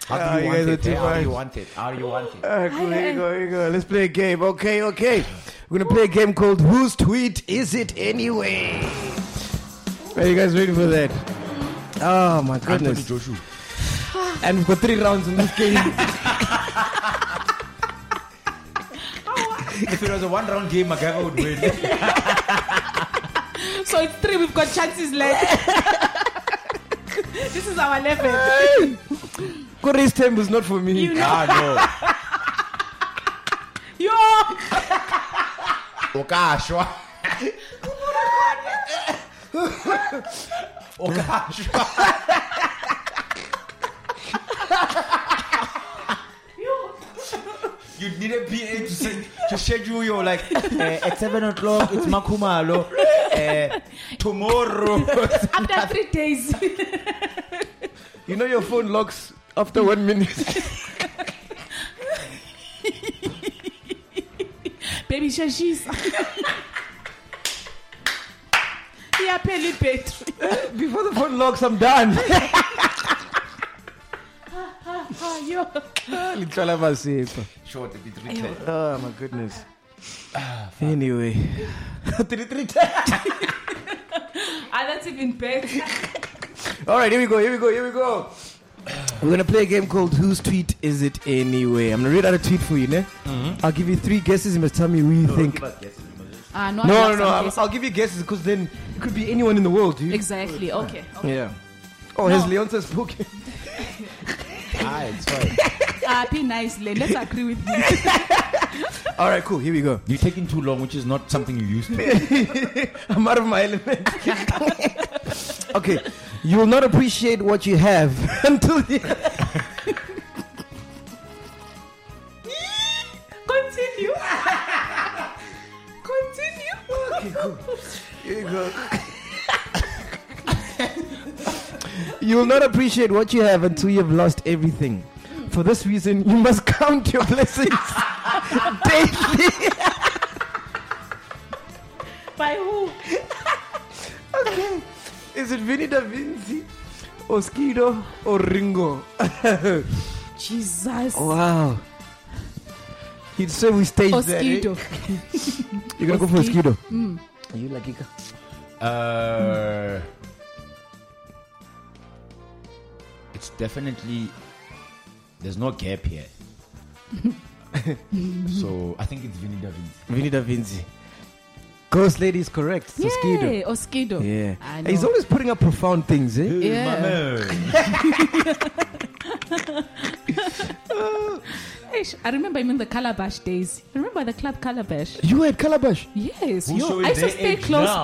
C: How
A: you
C: do you
A: guys
C: want
A: are
C: it?
A: too
C: eh? How do
A: much.
C: you want it? How do you want it?
A: Ah, cool, here you go, here you go. Let's play a game. Okay, okay. We're gonna play a game called Whose Tweet Is It Anyway? Are you guys ready for that? Oh my goodness.
C: Joshua.
A: And we've got three rounds in this game.
C: If it was a one-round game, MacGyver would win.
B: yo. So it's three. We've got chances left. this is our level.
A: Kore's time was not for me.
B: You know,
C: ah,
B: yo.
C: no. Okashwa. Okashwa. You need a PA to, say, to schedule your like eh, at seven o'clock. It's Makumalo. Eh, tomorrow.
B: After three days.
A: You know your phone locks after one minute.
B: Baby shashisa. iyaphela ibhetri
A: Before the phone locks, I'm done.
B: Ah, yo
A: Literally, I'm asleep.
C: Short, it'd be three times.
A: Oh my goodness. anyway, three three times.
B: ah that's even better
A: All right, here we go. Here we go. Here we go. We're gonna play a game called Whose Tweet Is It Anyway? I'm gonna read out a tweet for you, ne? I'll give you three guesses. You must tell me who you think. Mm-hmm. No,
B: ah no I've
A: no,
B: lost
A: no.
B: some
A: I'll,
B: cases.
A: I'll give you guesses because then it could be anyone in the world, dude.
B: exactly okay okay.
A: Yeah. Oh, has
B: No.
A: Leon says spoken?
C: Ah, it's fine.
B: ah be nice le let's agree with you
A: All right, cool. Here we go.
C: You're taking too long, which is not something you used to.
A: I'm out of my element. okay, you will not appreciate what you have until you.
B: continue continue
A: Here you go. you will not appreciate what you have until you have lost everything. For this reason, you must count your blessings daily.
B: by who
A: okay. Is it Vinny Da Vinci, or Skido, or Ringo?
B: jesus
A: wow. He'd say we staged that. eh?
B: Oskido.
A: You're gonna go for
B: Oski-
A: Skido. Are you lucky?
C: Uh, it's definitely there's no gap here. so I think it's Vinny Davies.
A: Vinny Da Vinci. Ghost Lady is correct. So Skido.
B: yeah oskido
A: Yeah.
B: I
A: And He's
B: know.
A: always putting up profound things, eh?
B: Yeah.
C: My man.
B: Eish, i remember him in the calabash days remember the club calabash
A: You were at Calabash.
B: yes
C: Who's
B: yo
C: showing
B: i used to
C: their
B: stay
C: age
B: close Ah!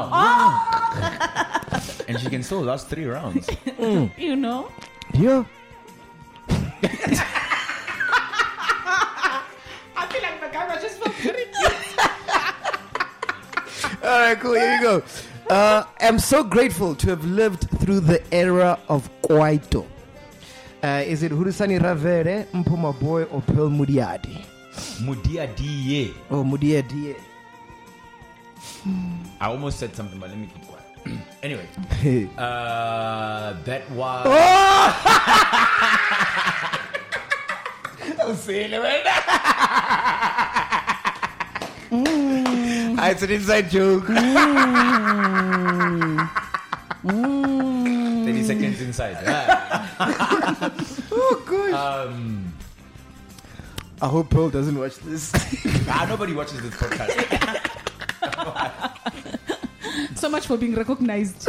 C: now?
B: oh
C: and she can still last three rounds.
B: you know
A: Yeah.
B: i feel like the guy just felt very
A: All right, cool. Here you go. Uh, I'm so grateful to have lived through the era of Kwaito. Uh, is it Hurusani Ravere, Mpuma Boy, or Pearl Mudiadi?
C: Mudia DA.
A: Or Oh, Mudiadi?
C: I almost said something, but let me keep quiet. anyway,
A: Hey. Ah!
C: uh, that was.
A: Oh,
C: Ah, it's an inside joke. 30 seconds inside. Ah.
A: Oh gosh.
C: Um,
A: I hope Pearl doesn't watch this.
C: ah, nobody watches this podcast.
B: So much for being recognized.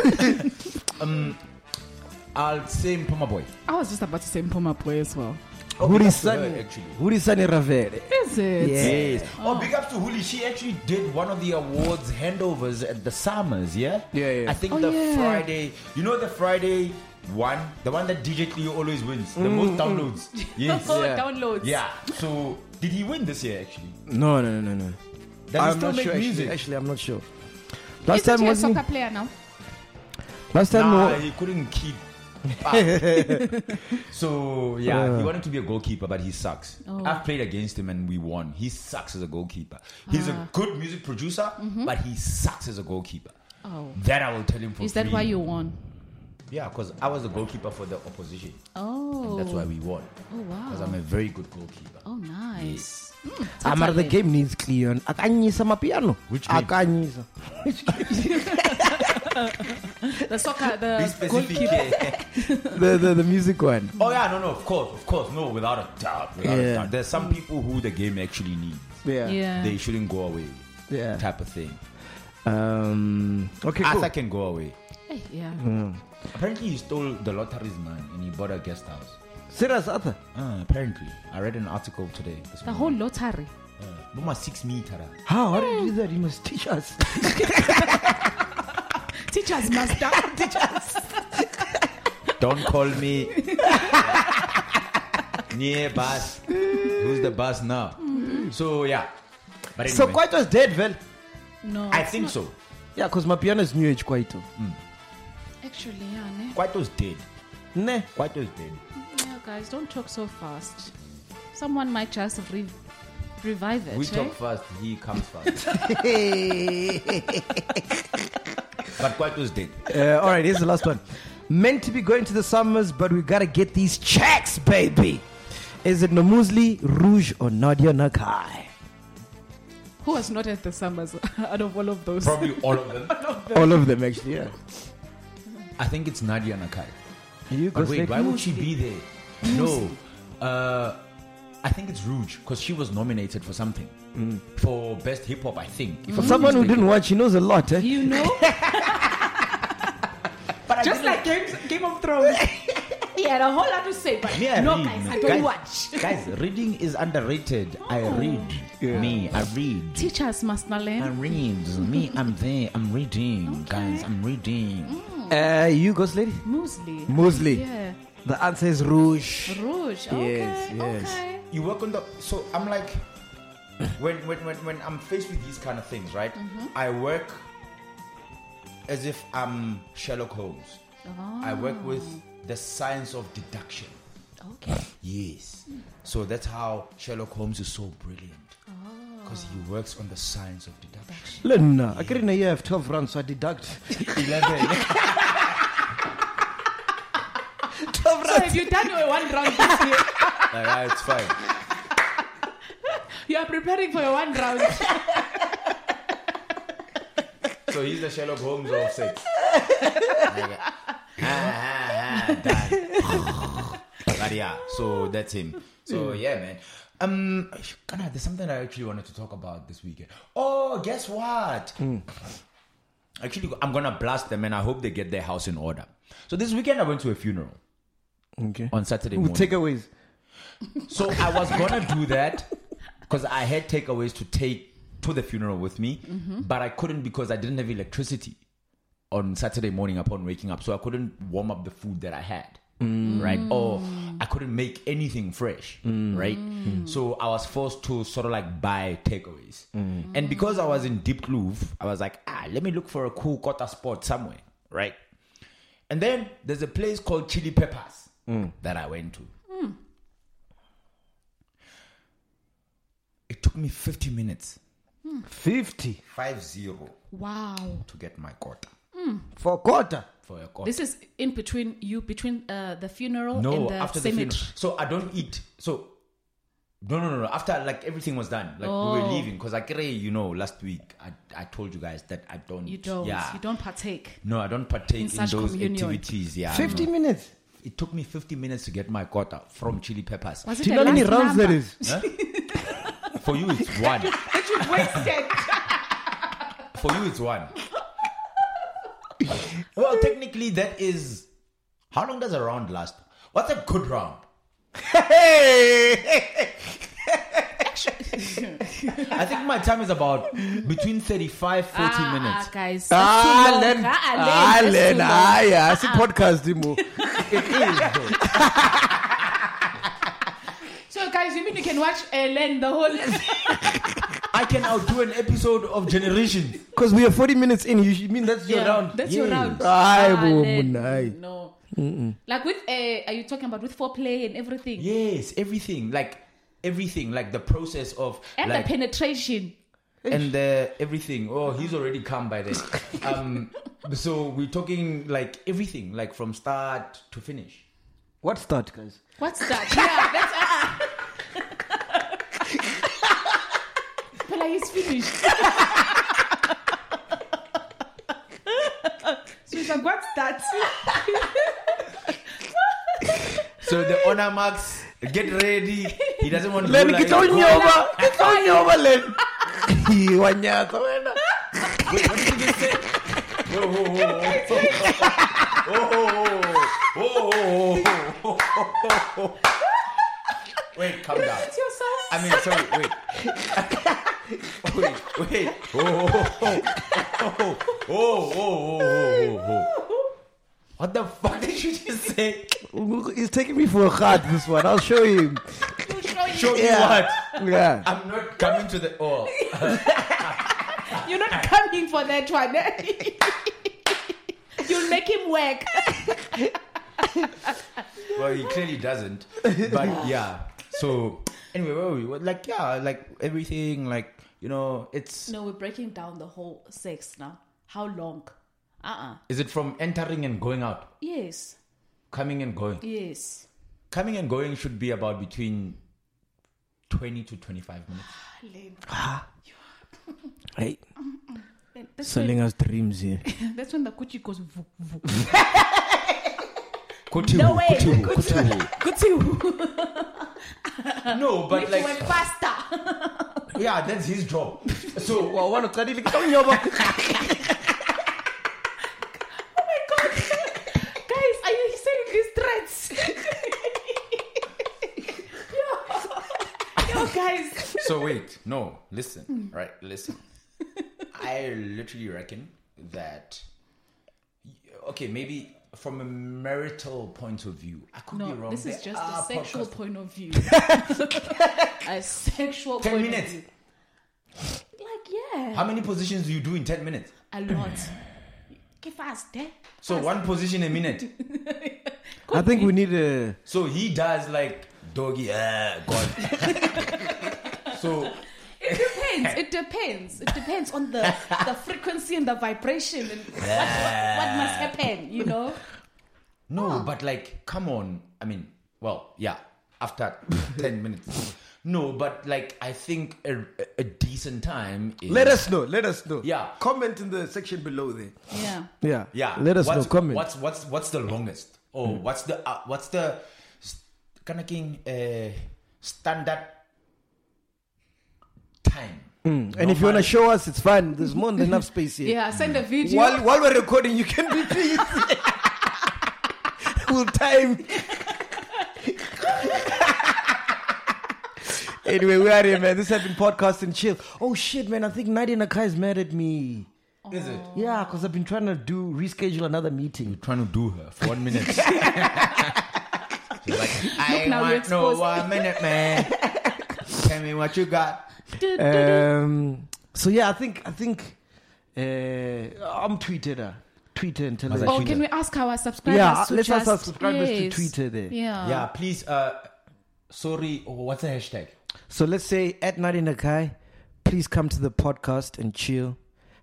C: I'll say Puma Boy.
B: I was just about to say Mpoma Boy as well.
C: Oh, big
A: Huri
C: ups to her,
A: Sani,
C: actually.
A: Huri Sani Ravere.
B: Is it?
A: Yeah.
C: Yes. Oh, big ups to Huli. She actually did one of the awards handovers at the Summers, yeah?
A: Yeah, yeah.
C: I think
B: Oh,
C: the
B: yeah.
C: Friday, you know, the Friday one, the one that DJ Cleo always wins, the most downloads. Yes.
B: Oh,
A: Yeah.
B: downloads.
C: yeah. So, did he win this year, actually?
A: No, no, no, no, no.
C: Does he
A: I'm
C: still
A: not
C: make
A: sure.
C: music?
A: Actually, actually, I'm not sure. Last
B: Last Isn't
A: time
B: time he a
A: wasn't.
B: soccer player now?
A: he- Last time
C: nah,
A: wa-
C: he couldn't keep. up. so yeah,
A: Uh.
C: he wanted to be a goalkeeper, but he sucks.
B: Oh.
C: I've played against him and we won. He sucks as a goalkeeper. He's
B: Ah.
C: a good music producer,
B: Mm-hmm.
C: but he sucks as a goalkeeper.
B: Oh.
C: That I will tell him for
B: Is that
C: free.
B: why you won?
C: Yeah, because I was the goalkeeper for the opposition.
B: Oh.
C: That's why we won.
B: Oh, wow.
C: Because I'm a very good goalkeeper.
B: Oh, nice. Mm,
A: I'm out of the
B: Tatale.
A: game needs Cleon. Akanyisa mapiano.
C: Which game?
A: Akanyisa.
B: The soccer,
C: Be
B: the
C: specific.
B: Uh, goalkeeper.
C: yeah.
A: the, the the music one.
C: oh yeah, no, no, of course, of course, no, without a doubt, without a
A: Yeah.
C: doubt. There's some people who the game actually needs.
A: Yeah.
B: Yeah.
C: They shouldn't go away.
A: Yeah.
C: Type of thing.
A: Um. Okay. Cool.
C: Asa can go away.
B: Eh, yeah.
C: Mm. Apparently, he stole the lotteries, man, and he bought a guest house.
A: Serious Arthur.
C: Uh, apparently, I read an article today. This
B: The whole lottery.
C: Uh, Boma six meter.
A: How? How did you do that? You must teach us.
B: Teachers must down.
C: Don't call me. Near bus. Who's the bus now? So yeah, but
A: Mm-hmm.
C: anyway,
A: so quite was dead, well.
B: No.
C: I
B: it's
C: think
B: not-
C: so.
A: Yeah, cause mapiano is new age quite.
B: Actually, yeah, ne?
C: Quite was dead.
A: Ne.
C: Quite was dead.
B: Yeah, guys, don't talk so fast. Someone might just re- revive it.
C: We
B: eh?
C: talk fast. He comes fast. but quite was dead.
A: Uh, all right. Here's the last one. Meant to be going to the summers, but we gotta get these checks, baby. Is it Nomuzli, Rouge, or Nadia Nakai?
B: Who was not at the summers out of all of those?
C: Probably all of them.
A: All of them, actually. Yeah.
C: I think it's Nadia Nakai.
A: You go
C: But wait,
A: straight.
C: why would she be there? No. Uh, I think it's Rouge because she was nominated for something for best hip hop. I think. If
A: Mm. For
C: I'm
A: someone who
C: mistaken.
A: didn't watch, she knows a lot. Eh?
B: You know,
C: but I
B: just
C: didn't-
B: like Game, Game of Thrones. he had a whole lot to say, but
C: Me, I
B: no,
C: read,
B: guys, I
C: man.
B: don't
C: guys,
B: watch. Oh.
C: guys, reading is underrated. I read. Me, I read.
B: Teachers must not
C: I
B: learn.
C: read. Me, I'm there. I'm reading, guys. I'm reading.
B: Mm.
A: Uh, you go, lady.
B: Muesli.
A: Muesli.
B: Yeah.
A: The answer is Rouge.
B: Rouge.
A: Yes,
B: okay.
A: yes.
B: Okay.
C: You work on the. So I'm like, when when when, when I'm faced with these kind of things, right? I work as if I'm Sherlock Holmes. I work with the science of deduction.
B: Okay.
C: Yes. So that's how Sherlock Holmes is so brilliant. Because he works on the science of deduction.
A: Lena, I get in a year of 12 rounds, so I deduct.
C: 11.
A: 12
B: So have you done your one round this year?
C: Like, ah, it's fine.
B: You are preparing for your one round.
C: So he's the Sherlock Holmes of sex. Like, ah, ah, ah, done. but yeah, so that's him. So yeah, man. Um, Kana, there's something I actually wanted to talk about this weekend. Oh, guess what? Actually, I'm gonna blast them, and I hope they get their house in order. So this weekend, I went to a funeral
A: Okay.
C: on Saturday
A: Ooh,
C: morning.
A: takeaways.
C: So I was gonna do that because I had takeaways to take to the funeral with me, but I couldn't because I didn't have electricity on Saturday morning upon waking up. So I couldn't warm up the food that I had, right? Or I couldn't make anything fresh, right? So I was forced to sort of like buy takeaways. And because I was in Deep Kloof, I was like, ah, let me look for a cool quarter spot somewhere, right? And then there's a place called Chili Peppers that I went to. It took me 50 minutes,
A: 50
C: five zero,
B: Wow.
C: to get my quarter
A: for a quarter.
C: for a quarter.
B: This is in between you, between uh, the funeral
C: no,
B: and the
C: after the
B: cemetery.
C: funeral. So I don't eat. So No, no, no, no. After like everything was done, like we were
B: Oh.
C: leaving because like Ray, you know, last week I, I told you guys that I don't.
B: You don't.
C: Yeah.
B: You don't partake.
C: No, I don't partake
B: In
C: in,
B: such
C: those
B: communion.
C: activities. Yeah.
A: Fifty
C: no.
A: minutes.
C: It took me 50 minutes to get my quota from Chili Peppers.
B: Was it
A: Do you
B: a
A: know how many
B: last
A: rounds
B: number?
A: that is?
C: For you, it's one.
B: That you wasted.
C: For you, it's one. well, technically, that is. How long does a round last? What's a good round? I think my time is about between 35 40
B: Ah,
C: minutes.
B: ah, guys. That's too
A: Ah,
B: long.
A: Len.
B: Ah, ah,
A: Ah,
B: Len, that's
A: Len.
B: too long.
A: Ah, yeah. I see podcast, Dimo.
C: It is, though.
B: So, guys, you mean you can watch uh, Len the whole.
C: I can outdo an episode of Generation.
A: Because we are 40 minutes in. You should mean that's your
B: Yeah,
A: round.
B: That's your
C: Yeah.
B: round. Ah,
A: Ay, bo-
B: Len,
A: munai.
B: No. Like with, uh, are you talking about with foreplay and everything?
C: Yes, everything. Like, everything. Like, the process of.
B: And
C: like,
B: the penetration.
C: and the everything. Oh, he's
A: Uh-huh.
C: already come by then. Um, so we're talking like everything, like from start to finish.
A: What's that, guys?
B: What's that? yeah, that's. Ah, ah. But like, it's finished. so it's like, what's that?
C: So the honor marks, get ready. He doesn't want to
A: Len,
C: go like-
A: get on your over. Get on your over, Len. Hii, wanyatsa, wena.
C: Wait, what did you just say? Whoa, whoa, whoa, whoa. Whoa, whoa, whoa, whoa, whoa, whoa, whoa. Wait, calm down.
B: It's yourself.
C: I mean, sorry, wait. wait, wait. Oh, oh, oh, oh, oh, oh, oh, oh, oh, oh. What the fuck did you just say?
A: He's taking me for a heart, this one. I'll show him.
B: We'll show you.
C: Show me
A: Yeah.
C: what.
A: Yeah.
C: I'm not coming to the. Oh.
B: You're not coming for that one. eh? You'll make him work.
C: Well, he clearly doesn't. But yeah. So, anyway, where were we? Well, Like, yeah, like everything, like, you know, it's.
B: No, we're breaking down the whole sex now. How long? Uh uh
C: Is it from entering and going out?
B: Yes.
C: Coming and going?
B: Yes.
C: Coming and going should be about between 20 to 25 minutes.
B: Len,
A: Hey,
B: Len, That's,
A: selling
B: when,
A: us dreams here.
B: that's when the coochie goes. Voo, voo.
C: Kutihu,
B: No way.
C: kutihu, kutihu.
B: Coochie.
C: No,
B: But
C: but like,
B: went faster.
C: yeah, that's his job. So,
A: Well, one of the get on your over.
B: Oh Guys, are you selling these threats? yo, yo, guys.
C: so wait, no, listen, right, listen. I literally reckon that, okay, maybe from a marital point of view, I could be
B: No,
C: wrong.
B: this is
C: There
B: just a
C: are
B: sexual
C: podcasts-
B: point of view. a sexual
C: 10
B: point
C: minutes.
B: of view. Like, yeah.
C: How many positions do you do in 10 minutes?
B: a lot. Get fast, eh?
C: So one position a minute.
A: I think we need a.
C: So he does like doggy, ah, God. so
B: It depends. It depends. It depends on the the frequency and the vibration and what, what, what must happen. You know.
C: No, but like, come on. I mean, well, yeah, after 10 minutes. No, but like, I think a, a decent time is.
A: Let us know. Let us know.
C: Yeah.
A: Comment in the section below there.
B: Yeah.
A: Yeah.
C: Yeah.
A: Let us
C: what's,
A: know. Comment. Hmm.
C: What's, what's, what's the longest? Or what's the, uh, what's the, kind of king, uh, standard time?
A: and if you want to show us, it's fine. There's more than enough space here.
B: Yeah. Send a video.
A: While, while we're recording, you can be pleased. we'll time. anyway, we are here, man. This has been podcast and chill. Oh shit, man! I think Nadia Nakai is mad at me.
C: Is it?
A: Yeah, because I've been trying to do reschedule another meeting.
C: Trying to do her for one minute. She's like, I
B: now you're
C: want no
B: exposed."
C: one minute, man. Tell me what you got.
B: Du- du- du-
A: Um. So yeah, I think I think uh, I'm tweeted. Uh, Twitter and tell us.
B: Oh, can we ask our subscribers?
A: Yeah,
B: to
A: let's ask
B: just,
A: our subscribers to
B: Yes.
A: Twitter there.
B: Yeah.
C: yeah, please. Uh, sorry, oh, what's the hashtag?
A: So let's say at Nadi Nakai, please come to the podcast and chill.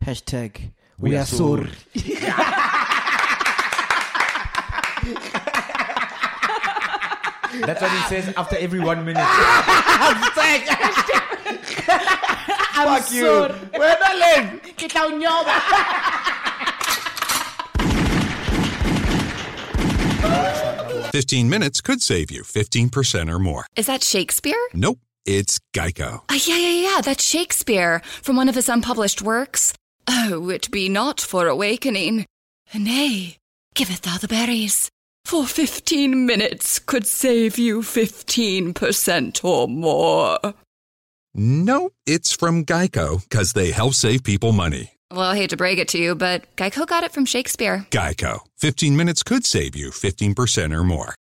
A: Hashtag we, are, sorry.
C: That's what he says after every one minute.
B: I'm
C: Fuck you. Where the live?
B: Ke tla o nyoba.
D: Fifteen minutes could save you fifteen percent or more.
E: Is that Shakespeare?
D: Nope, it's Geico.
E: Ah, yeah, yeah, yeah, that's Shakespeare from one of his unpublished works. Oh, it be not for awakening. Nay, giveth thou the berries. For fifteen minutes could save you fifteen percent or more.
D: No, it's from Geico because they help save people money.
E: Well, I hate to break it to you, but Geico got it from Shakespeare.
D: Geico. 15 minutes could save you 15% or more.